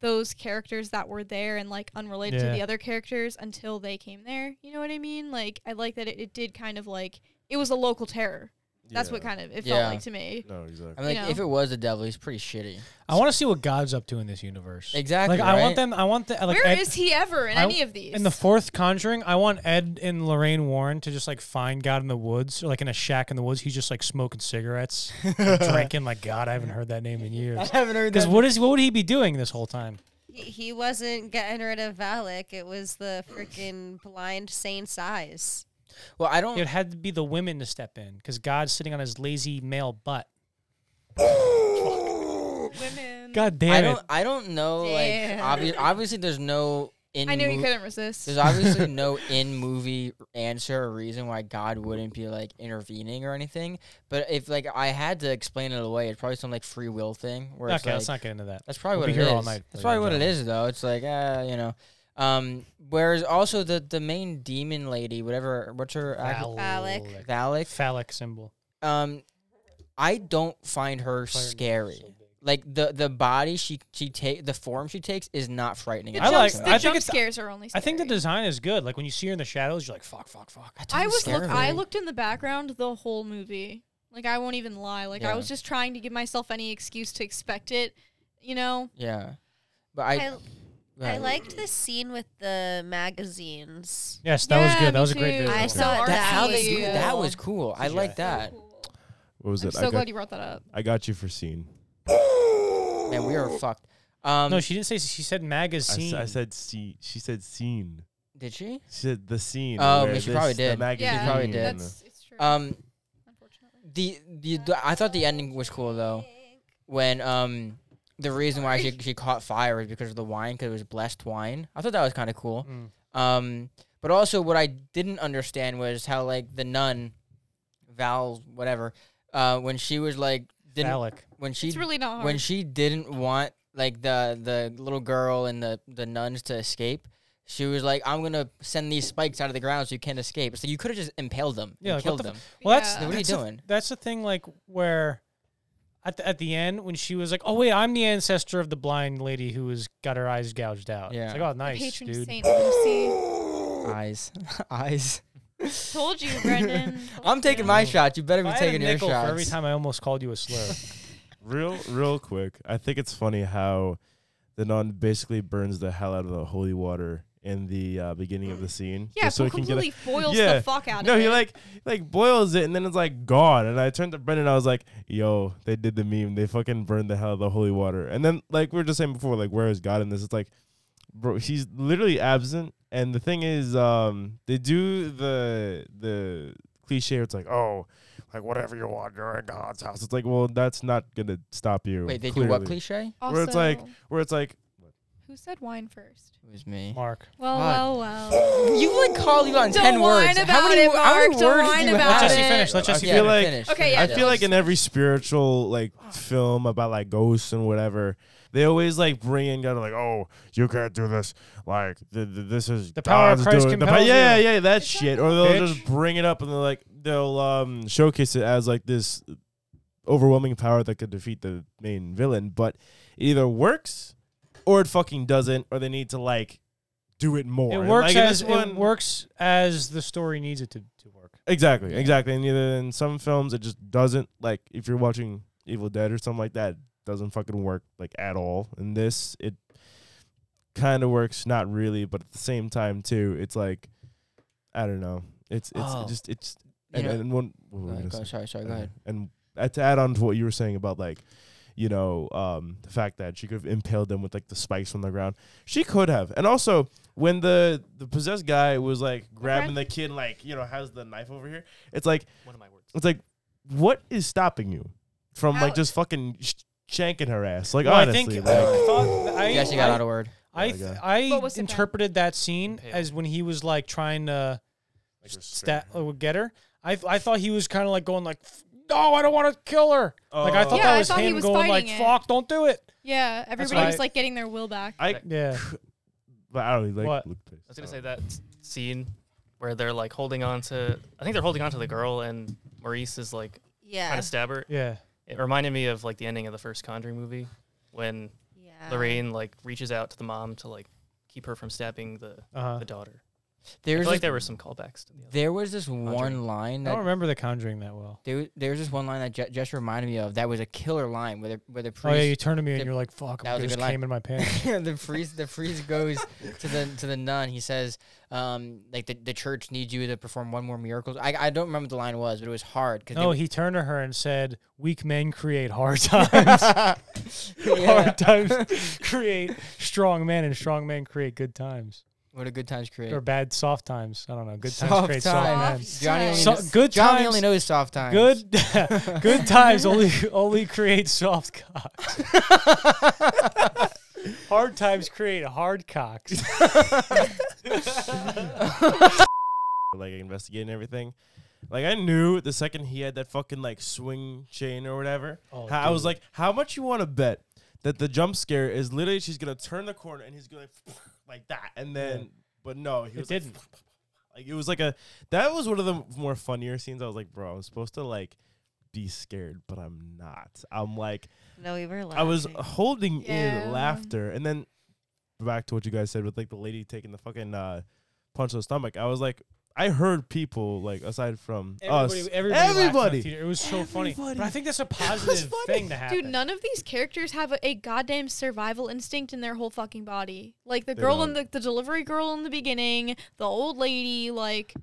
C: those characters that were there and like unrelated
A: Yeah.
C: to the other characters until they came there. You know what I mean? Like I like that it, it did kind of like it was a local terror. That's what kind of it
B: Yeah.
C: felt like to me.
D: No, exactly.
B: I mean,
C: you
B: like, if
C: know.
B: it was the devil, he's pretty shitty.
A: I want to see what God's up to in this universe.
B: Exactly.
A: Like I
B: right?
A: want them. I want the like.
C: Where is
A: Ed-
C: he ever in
A: I-
C: any of these?
A: in the fourth Conjuring, I want Ed and Lorraine Warren to just like find God in the woods, or like in a shack in the woods. He's just like smoking cigarettes, and drinking. Like God, I haven't heard that name in
B: I
A: years.
B: haven't heard
A: Because
B: that.
A: what is what would he be doing this whole time?
F: he, he wasn't getting rid of Valak it was the freaking blind saint's eyes
B: well, I don't.
A: It had to be the women to step in because God's sitting on his lazy male butt.
C: women.
A: God
B: Mm. I
A: damn it!
B: don't. I don't know. Like
F: Damn.
B: obvi- obviously, there's no in.
C: I knew you
B: mov-
C: couldn't resist.
B: There's obviously no in movie answer or reason why God wouldn't be like intervening or anything. But if like I had to explain it away, it's probably some like free will thing where it's
A: okay,
B: like,
A: let's not get into that.
B: That's probably
A: We'll
B: what it is.
A: be here all night
B: That's
A: for
B: probably
A: that
B: what it
A: job.
B: is, though. It's like, uh, you know. Um, whereas also the the main demon lady, whatever, what's her act-
F: Phallic.
B: Valak?
A: phallic symbol.
B: Um, I don't find her
A: Fire nose
B: scary.
A: so big.
B: Like the the body she she take the form she takes is not frightening.
C: the
A: I
B: at all.
A: like-
C: jump,
A: I
C: the
A: think
C: jump
A: it's-
C: scares are only.
A: I
C: Scary.
A: think the design is good. Like when you see her in the shadows, you're like, fuck, fuck, fuck.
B: That
C: I
B: doesn't
C: was
B: scare
C: look. I
B: me.
C: looked in the background the whole movie. Like I won't even lie. Like
B: Yeah.
C: I was just trying to give myself any excuse to expect it. You know.
B: Yeah, but I
F: I, I
B: right.
F: liked the scene with the magazines
A: Yes, that was
C: Yeah,
A: good.
C: me
A: That was a great
C: too.
A: video.
F: I saw it
B: that. How they
F: Actually,
B: do
F: yeah.
B: that was cool. I like that.
D: What was
C: I'm
D: it?
C: so
D: I, got,
C: glad you brought that up.
D: I got you for scene.
B: Man, we are fucked. Um,
A: No, she didn't say. She said
D: I s-
A: magazine.
D: I, said scene. She said scene.
B: did she?
D: She said the scene.
B: Oh,
D: where
B: she probably
D: this- the
B: did.
D: magazine.
C: Yeah,
B: probably did.
C: That's it's true.
B: Um,
C: unfortunately.
B: the, the the I thought the ending was cool though. When um the reason why she she caught fire is because of the wine because it was blessed wine. I thought that was kind of cool.
A: Mm.
B: Um, but also what I didn't understand was how like the nun, Val whatever, uh, when she was like didn't
A: Phallic.
B: when she
C: It's really not hard.
B: when she didn't want like the the little girl and the the nuns to escape. She was like, "I'm gonna send these spikes out of the ground so you can't escape." So you could have just impaled them,
A: Yeah,
B: yeah,
A: like, what
B: killed
A: the
B: them.
A: Well, that's
B: Yeah. What are you
A: that's the-
B: doing?
A: that's the thing. Like where at the, at the end when she was like, "Oh wait, I'm the ancestor of the blind lady who was got her eyes gouged out."
B: Yeah.
A: It's like, oh,
C: The
A: nice,
C: patron
A: dude.
C: saint Lucy.
B: eyes, eyes.
C: Told you, Brendan.
B: I'm taking my shot. You better be
A: If I had a
B: taking your
A: nickel
B: shots.
A: For every time I almost called you a slur.
D: Real, real quick. I think it's funny how the nun basically burns the hell out of the holy water in the uh, beginning of the scene.
C: Yeah,
D: just so
C: so
D: it can get a-
C: completely foils
D: Yeah.
C: the fuck out
D: no,
C: of it.
D: he like he, like boils it and then it's like gone. And I turned to Brendan. I was like, "Yo, they did the meme. They fucking burned the hell out of the holy water." And then like we were just saying before, like where is God in this? It's like, bro, he's literally absent. And the thing is, um, they do the the cliche. Where it's like, oh, like whatever you want, you're in God's house. It's like, well, that's not gonna stop you.
B: Wait, they do what
D: clearly.
B: cliche?
D: where it's like-
C: Also,
D: Where it's like,
C: who said wine first?
B: It was me.
A: Mark.
C: Well,
B: God.
C: well, well.
B: You like called you on
C: Don't
B: ten
C: whine
B: words. how
C: about
B: many,
C: it,
B: how many
C: Mark. Don't
B: words
C: whine
B: do you
C: about
A: Let's
B: have?
A: just
C: it.
A: finish. Let's just
D: I
A: see
D: feel
A: finish.
D: like-
B: finish, finish.
C: Okay, yeah,
D: I feel like in every spiritual like film about like ghosts and whatever, they always like bring in God like, oh, you can't do this. Like th- th- this is
A: The power of
D: God's
A: Christ
D: doing the
A: compels
D: yeah,
A: you.
D: yeah, yeah, that shit. Or they'll
A: Bitch.
D: just bring it up and they're like they'll um showcase it as like this overwhelming power that could defeat the main villain, but it either works or it fucking doesn't, or they need to like do it more.
A: It
D: And,
A: works
D: like, in
A: as
D: this one,
A: it works as the story needs it to, to work.
D: Exactly, exactly. And either in some films it just doesn't like if you're watching Evil Dead or something like that, it doesn't fucking work like at all. In this, it kind of works, not really, but at the same time too, it's like I don't know. It's it's
B: Oh.
D: just it's
B: You
D: and,
B: know-
D: and one. what
B: Go
D: were we
B: ahead,
D: gonna
B: go-
D: say?
B: sorry, sorry. Go
A: Mm-hmm.
D: Okay.
B: ahead.
D: And uh, to add on to what you were saying about like, you know, um, the fact that she could have impaled them with like the spikes from the ground, she could have. And also, when the the possessed guy was like grabbing the kid, and, like you know, has the knife over here, it's like
E: One of my words.
D: it's like, what is stopping you from like
C: Ouch.
D: just fucking sh- shanking her ass? Like
A: Well, I
D: honestly,
A: think
D: like,
A: I thought that- I,
B: You actually got out a word.
A: I,
D: Oh,
A: th-
D: my God.
C: What
A: I
C: was it, Ben?
A: interpreted that scene
E: Impale.
A: as when he was like trying to stat, uh, get her. I I thought he was kind of like going like, no, I don't want to kill her. Like I
D: Oh.
A: thought
C: Yeah,
A: that
C: I
A: was
C: thought he
A: him
C: was
A: going like,
C: fighting it.
A: fuck, don't do it.
C: Yeah, everybody
A: why-
C: was like getting their will back.
D: I,
A: Yeah,
D: but I don't know, like.
A: What?
D: looked pissed.
E: I was gonna say that s- scene where they're like holding on to. I think they're holding on to the girl, and Maurice is like trying
F: Yeah.
E: to stab her.
A: yeah.
E: It reminded me of like the ending of the first Conjuring movie when
C: Oh.
F: Yeah.
E: Lorraine like reaches out to the mom to like keep her from stabbing the
A: Uh-huh.
D: Uh,
E: the daughter. I
B: There's
E: feel like
B: this,
E: there were some callbacks to the other.
B: there was this one
E: Conjuring.
B: line
A: I don't
B: that
A: remember The Conjuring that well.
B: there, there was this one line that ju- just reminded me of. That was a killer line where the where the
A: Oh yeah, you
B: priest
A: turned to me and
B: Dip-
A: you're like, fuck,
B: That
A: I
B: was a
A: just
B: good line.
A: came in my pants.
B: the priest the priest goes to the to the nun. He says, um, like the, the church needs you to perform one more miracle. I, I don't remember what the line was, but it was hard because
A: No, he turned to her and said, "Weak men create hard times. Oh, Hard times create strong men, and strong men create good times
B: what a good times create.
A: or bad soft times. I don't know. Good times create
C: times.
A: soft men.
C: Soft
B: Johnny only,
C: times.
A: So,
B: knows,
A: good
B: Johnny
A: times.
B: only knows soft times.
A: Good, good times only only create soft cocks. hard times create hard cocks.
D: like investigating everything. Like I knew the second he had that fucking like swing chain or whatever.
A: Oh,
D: how- I was
A: dude.
D: like, how much you want to bet that the jump scare is literally she's gonna turn the corner and he's gonna like, like that, and then but no, he
A: It
D: was
A: didn't.
D: Like, like it was like a that was one of the more funnier scenes. I was like, bro, I was supposed to like be scared, but I'm not. I'm like
F: No, we were laughing.
D: I was uh, holding
C: Yeah.
D: in laughter, and then back to what you guys said with like the lady taking the fucking uh, punch to the stomach. I was like, I heard people like aside from us,
A: everybody, laughed in the
D: Everybody.
A: theater. It was so funny. But I
D: Everybody.
A: think that's a positive
D: funny.
A: thing to happen.
C: Dude, none of these characters have a, a goddamn survival instinct in their whole fucking body. Like the
D: They
C: girl in the,
D: don't.
C: the delivery girl in the beginning, the old lady, like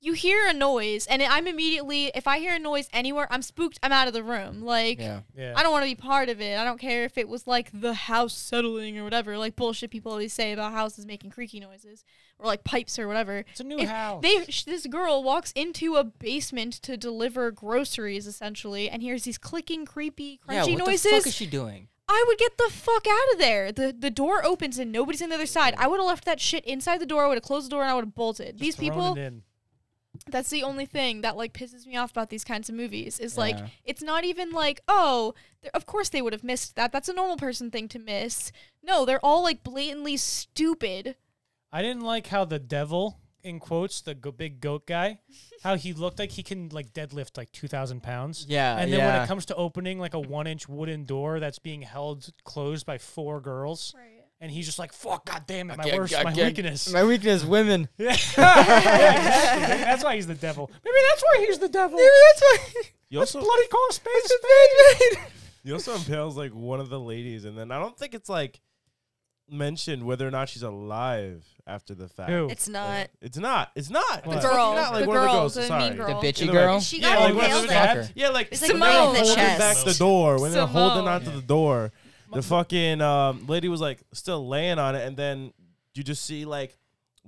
C: you hear a noise and I'm immediately if I hear a noise anywhere, I'm spooked, I'm out of the room. Like
B: Yeah.
A: Yeah.
C: I don't want to be part of it. I don't care if it was like the house settling or whatever, like bullshit people always say about houses making creaky noises or like pipes or whatever.
A: It's a new
C: If
A: house.
C: They sh- this girl walks into a basement to deliver groceries essentially and hears these clicking creepy
B: Yeah.
C: crunchy
B: what the fuck is
C: noises.
B: she doing?
C: I would get the fuck out of there. The the door opens and nobody's on the other side. I would have left that shit inside the door. I would have closed the door and I would have bolted.
A: Just
C: these
A: throwing
C: people
A: it in.
C: that's the only thing that like pisses me off about these kinds of movies is like
B: Yeah.
C: it's not even like oh they're- of course they would have missed that that's a normal person thing to miss no they're all like blatantly stupid
A: I didn't like how the devil, in quotes, the go- big goat guy, how he looked like he can like deadlift like two thousand pounds.
B: Yeah,
A: And then when
B: yeah.
A: it comes to opening like a one inch wooden door that's being held closed by four girls,
C: right
A: and he's just like, "Fuck, goddamn it, my
B: Yeah,
A: worst,
B: yeah,
A: my
B: yeah.
A: weakness."
B: My weakness, women.
A: Yeah. Yeah, exactly. That's why he's the devil. Maybe that's why he's the devil. Maybe that's why.
D: You also
A: Bloody call a spade a spade.
D: you also impales like one of the ladies, and then I don't think it's like mentioned whether or not she's alive after the fact.
A: Who?
F: It's not.
D: It's not. It's not.
A: The
D: It's
A: girl.
D: fucking not like
C: The
D: one of
C: girl,
D: ghosts,
C: the mean
D: sorry.
C: girl.
B: The bitchy
D: Either way.
B: girl.
F: She
D: Yeah,
F: got
D: like,
A: what's
F: impaled
A: with
F: at.
A: that?
B: Fucker.
D: Yeah, like
F: It's like
D: when they're
C: Simone.
F: the
D: holding
F: chest.
D: back the door, when they're holding
C: Simone.
D: onto the door, the fucking um, lady was like still laying on it, and then you just see like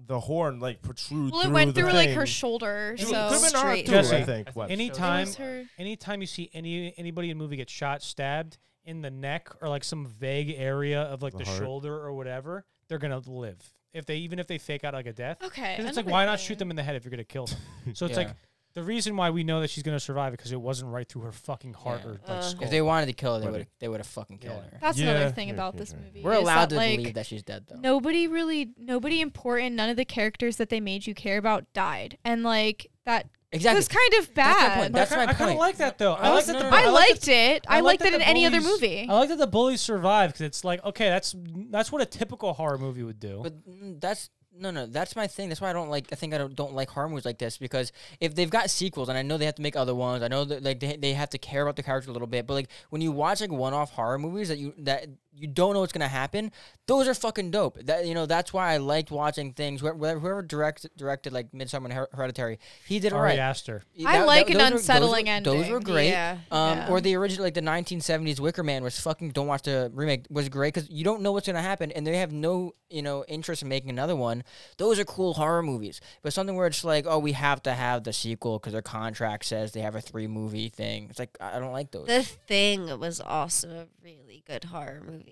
D: the horn like protrude
C: Well,
D: through
C: it went
D: the
C: through like her
D: thing.
C: shoulder,
D: It
C: so
D: was- could've been her
F: Straight.
D: too, I
A: Jesse,
D: think. What?
A: Anytime,
C: It was her.
A: anytime you see any anybody in a movie get shot, stabbed in the neck or like some vague area of like
D: The
A: the,
D: heart.
A: shoulder or whatever, they're gonna live if they even if they fake out like a death.
C: Okay.
A: 'Cause it's like
C: another
A: why not
C: thing.
A: shoot them in the head if you're gonna kill them? So it's
B: Yeah.
A: like the reason why we know that she's gonna survive because it wasn't right through her fucking heart
B: Yeah.
A: or like
F: Uh. If
A: skull.
B: If they wanted to kill her, they
D: Right.
B: would they would have fucking killed
A: Yeah.
B: her.
C: That's
D: Yeah.
C: another thing
D: Yeah,
C: about
D: yeah,
C: this
D: yeah.
C: movie.
B: We're
C: is
B: allowed
C: that,
B: to
C: like,
B: believe that she's dead though.
C: nobody really nobody important none of the characters that they made you care about died and like that
B: exactly.
C: was kind of
B: That's my
C: bad
B: point. That's
A: I,
B: my
A: I kind of
B: point.
A: like that though. I
B: No,
A: like that
B: no, no,
A: the,
B: no.
C: i
B: I
C: liked it i liked it in
A: the
C: any other
A: bullies-
C: movie
B: Oh,
A: I like that the bullies survive because it's like okay, that's that's what a typical horror movie would do.
B: But mm, that's no, no. That's my thing. That's why I don't like. I think I don't, don't like horror movies like this because if they've got sequels, and I know they have to make other ones. I know that like they, they have to care about the character a little bit. But like when you watch like one-off horror movies that you that you don't know what's gonna happen, those are fucking dope. That you know that's why I liked watching things. Whoever, whoever directed directed like Midsummer and Her- Hereditary, he did it
A: Ari
B: right.
A: Aster.
C: I like an
B: those were- those
C: unsettling
B: were- Those were
C: ending.
B: great.
F: Yeah.
B: Um,
C: Yeah.
B: Or the original, like the 1970s Wicker Man was fucking, don't watch the remake, was great because you don't know what's going to happen and they have no, you know, interest in making another one. Those are cool horror movies. But something where it's like, oh, we have to have the sequel because their contract says they have a three movie thing. It's like, I I don't like those.
F: The Thing was also a really good horror movie.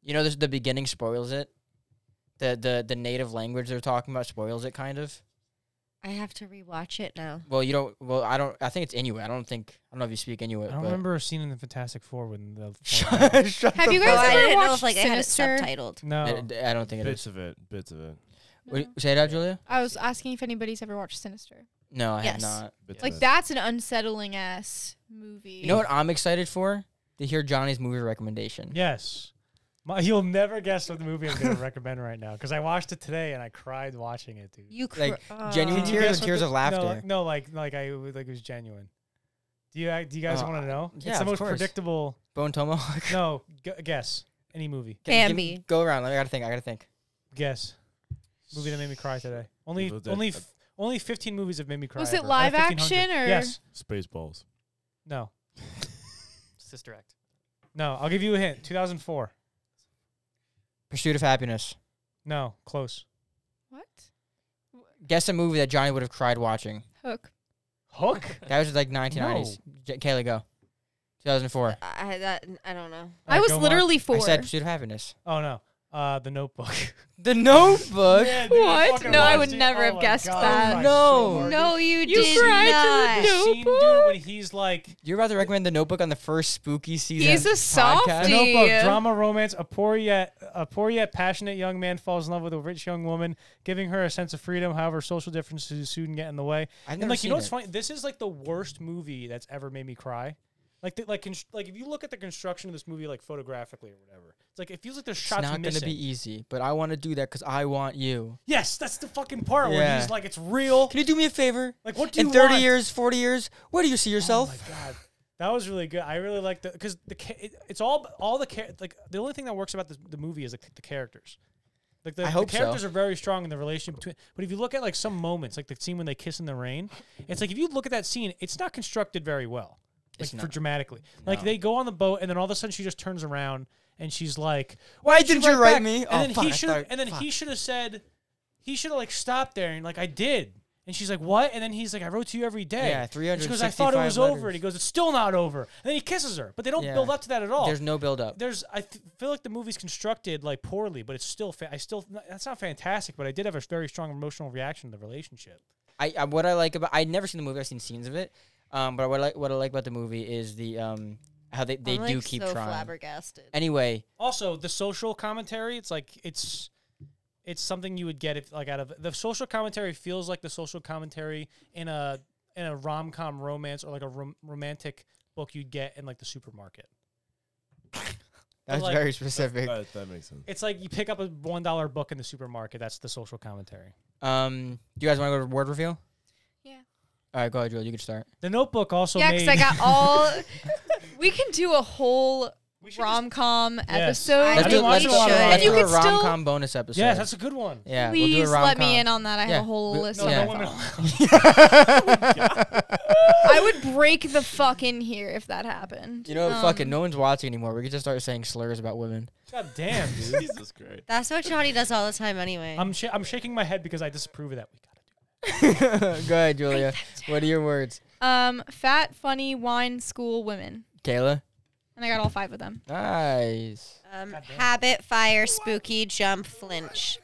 B: you know, this, the beginning spoils it. The, the, the native language they're talking about spoils it kind of.
F: I have to rewatch it now.
B: Well, you don't. Well, I don't. I think it's Inuit. I don't think. I don't know if you speak
A: I
B: Inuit.
A: don't
B: but
A: remember a scene in the Fantastic Four when the
C: have you
F: Oh,
C: guys
F: I
C: ever
F: didn't
C: watched
F: know if like I had it
C: sinister
F: subtitled.
A: no.
B: I, I don't think it is.
D: Bits of it. Bits of it.
B: Would you- Say that, Julia.
C: i was asking if anybody's ever watched sinister
B: No, I have
F: Yes.
B: not.
D: Bits
C: like
D: of it.
C: that's an unsettling ass movie
B: You know what I'm excited for? To hear Johnny's movie recommendation.
A: Yes. My, you'll never guess what the movie I'm going to recommend right now because I watched it today and I cried watching it, dude.
F: You cr-
B: Like,
F: uh,
B: genuine
A: Did you
B: tears
A: guess
B: or
A: what
B: tears
A: the-
B: of
A: No,
B: laughter?
A: like- no, like like I like it was genuine. Do you do you guys
B: Uh,
A: want to know?
B: yeah,
A: it's the
B: of
A: most
B: course.
A: predictable.
B: Bone Tomo.
A: No, gu guess any movie.
B: Give- give-
F: Bambi.
B: Go around. I gotta think. I gotta think.
A: Guess movie that made me cry today. Only
D: Evil Dead.
A: only f- only 15 movies have made me cry.
C: Was it
A: ever. Out of
C: live
A: 1500.
C: action or-
A: yes?
D: Spaceballs.
A: No,
E: Sister Act.
A: no. I'll give you a hint. 2004.
B: Pursuit of Happiness.
A: No, close.
C: what
B: Guess a movie that Johnny would have cried watching.
C: hook
A: Hook.
B: That was like 1990s. J- Kayla, go. 2004.
F: I, that, I don't know.
C: i
A: Alright,
C: was
A: go, Mark.
C: literally
B: I
C: four
B: said Pursuit of Happiness.
A: Oh no. Uh, The Notebook.
B: The Notebook.
A: Yeah, dude, I
C: what
A: fucking
C: no i
A: watched
C: would
A: it.
C: never
A: Oh
C: have
A: my
C: guessed
A: God, I
C: that
A: cried
B: No.
A: so hard.
F: No, you,
C: You
F: did
C: cried
F: not.
C: to the
A: The scene, dude,
C: Notebook?
A: when he's like
B: You're about to recommend The Notebook on the first spooky season.
C: He's a
B: podcast?
C: softie.
A: notebook,
C: Yeah.
A: drama, romance. A poor yet a poor yet passionate young man falls in love with a rich young woman, giving her a sense of freedom. However, social differences soon get in the way.
B: I've never
A: and like you
B: seen
A: know what's
B: it.
A: funny? This is like the worst movie that's ever made me cry. Like the, like const- like if you look at the construction of this movie like photographically or whatever, it's like it feels like there's
B: It's
A: shots
B: not gonna
A: missing.
B: be easy, but I want to do that because I want you.
A: yes, that's the fucking part where
B: Yeah.
A: he's like it's real.
B: Can you do me a favor?
A: Like what do
B: In
A: you
B: 30
A: want?
B: years, 40 years, where do you see yourself?
A: Oh my god, that was really good. I really like the because the ca- it, it's all all the char- like the only thing that works about the, the movie is like the characters. Like the,
B: I
A: the
B: hope so.
A: characters are very strong in the relation between. But if you look at like some moments, like the scene when they kiss in the rain, it's like if you look at that scene, it's not constructed very well. Like
B: It's
A: for
B: not.
A: dramatically, like
B: No.
A: they go on the boat and then all of a sudden she just turns around and she's like,
B: Why
A: "Did
B: didn't you write
A: back?"
B: me?
A: And
B: Oh,
A: then
B: fuck,
A: he
B: I
A: should
B: thought-
A: and then
B: fuck.
A: he should have said, he should have like stopped there and like I did. And she's like, "What?" And then he's like, "I wrote to you every day."
B: Yeah,
A: And she goes, I thought it
B: 365
A: was over. And he goes, it's still not over. And then he kisses her. But they don't
B: Yeah.
A: build up to that at all.
B: There's
A: There's,
B: no build up.
A: I th- feel like the movie's constructed like poorly, but it's still, fa- I still, that's not fantastic, but I did have a very strong emotional reaction to the relationship.
B: I, I what I like about I'd never seen the movie. I've seen scenes of it. Um, but what I like what I like about the movie is the um how they, they
F: I'm,
B: do
F: like,
B: keep
F: so
B: trying.
F: flabbergasted.
B: Anyway,
A: Also, the social commentary, it's like, it's, it's something you would get if like out of the social commentary feels like the social commentary in a, in a rom-com romance or like a rom- romantic book you'd get in like the supermarket.
B: That's
A: like-
B: very specific.
D: That, that makes sense.
A: It's like you pick up a one dollar book in the supermarket. That's the social commentary.
B: Um, do you guys want to go to word reveal?
C: Yeah.
B: All right, go ahead, Joel. You can start.
A: The Notebook also
C: yeah,
A: made.
C: because I got all. we can do a whole
A: We should
C: rom com
F: I
C: episode.
B: Let's do,
F: think
B: let's,
F: we
B: do-
F: should.
B: let's
C: And you
B: do a
C: could still-
B: rom com bonus episode.
A: Yes, that's a good one.
B: yeah.
C: Please
B: we'll do a
C: let
B: rom-com.
C: me in on that. I
B: Yeah,
C: have a whole
B: we-
C: list.
A: No,
C: of
B: Yeah.
A: no women.
C: I would break the fuck in here if that happened.
B: You know,
C: Um,
B: fucking no one's watching anymore. We could just start saying slurs about women.
A: God damn, dude.
D: Jesus Christ.
F: That's what Johnny does all the time anyway.
A: I'm sh- I'm shaking my head because I disapprove of that. We gotta do.
B: go ahead, Julia. What are your words,
C: Um, fat, funny, wine, school, women,
B: Kayla?
C: and I got all five of them.
B: Nice,
F: um,
A: God damn.
F: habit, fire, spooky, jump, flinch.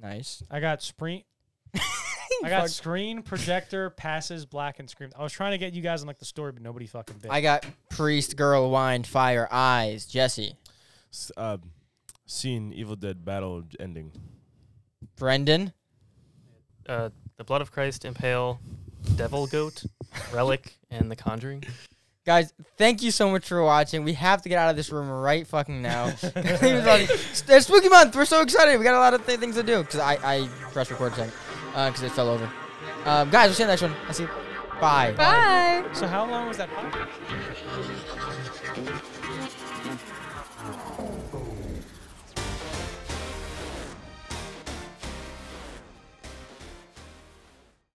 B: nice.
A: I got screen. I got screen projector passes black and scream. I was trying to get you guys on like the story, but nobody fucking did.
B: I got priest, girl, wine, fire, eyes, Jesse,
D: S- um, scene Evil Dead battle ending.
B: Brendan.
E: Uh, the blood of Christ, impale, devil goat, relic, and the conjuring.
B: Guys, thank you so much for watching. We have to get out of this room right fucking now. There's Spooky Month. We're so excited. We got a lot of th- things to do. Cause I, I pressed record second. Uh, cause it fell over. Um, guys, we'll see you in the next one. I'll see you. Bye.
C: Bye.
A: so how long was that? podcast?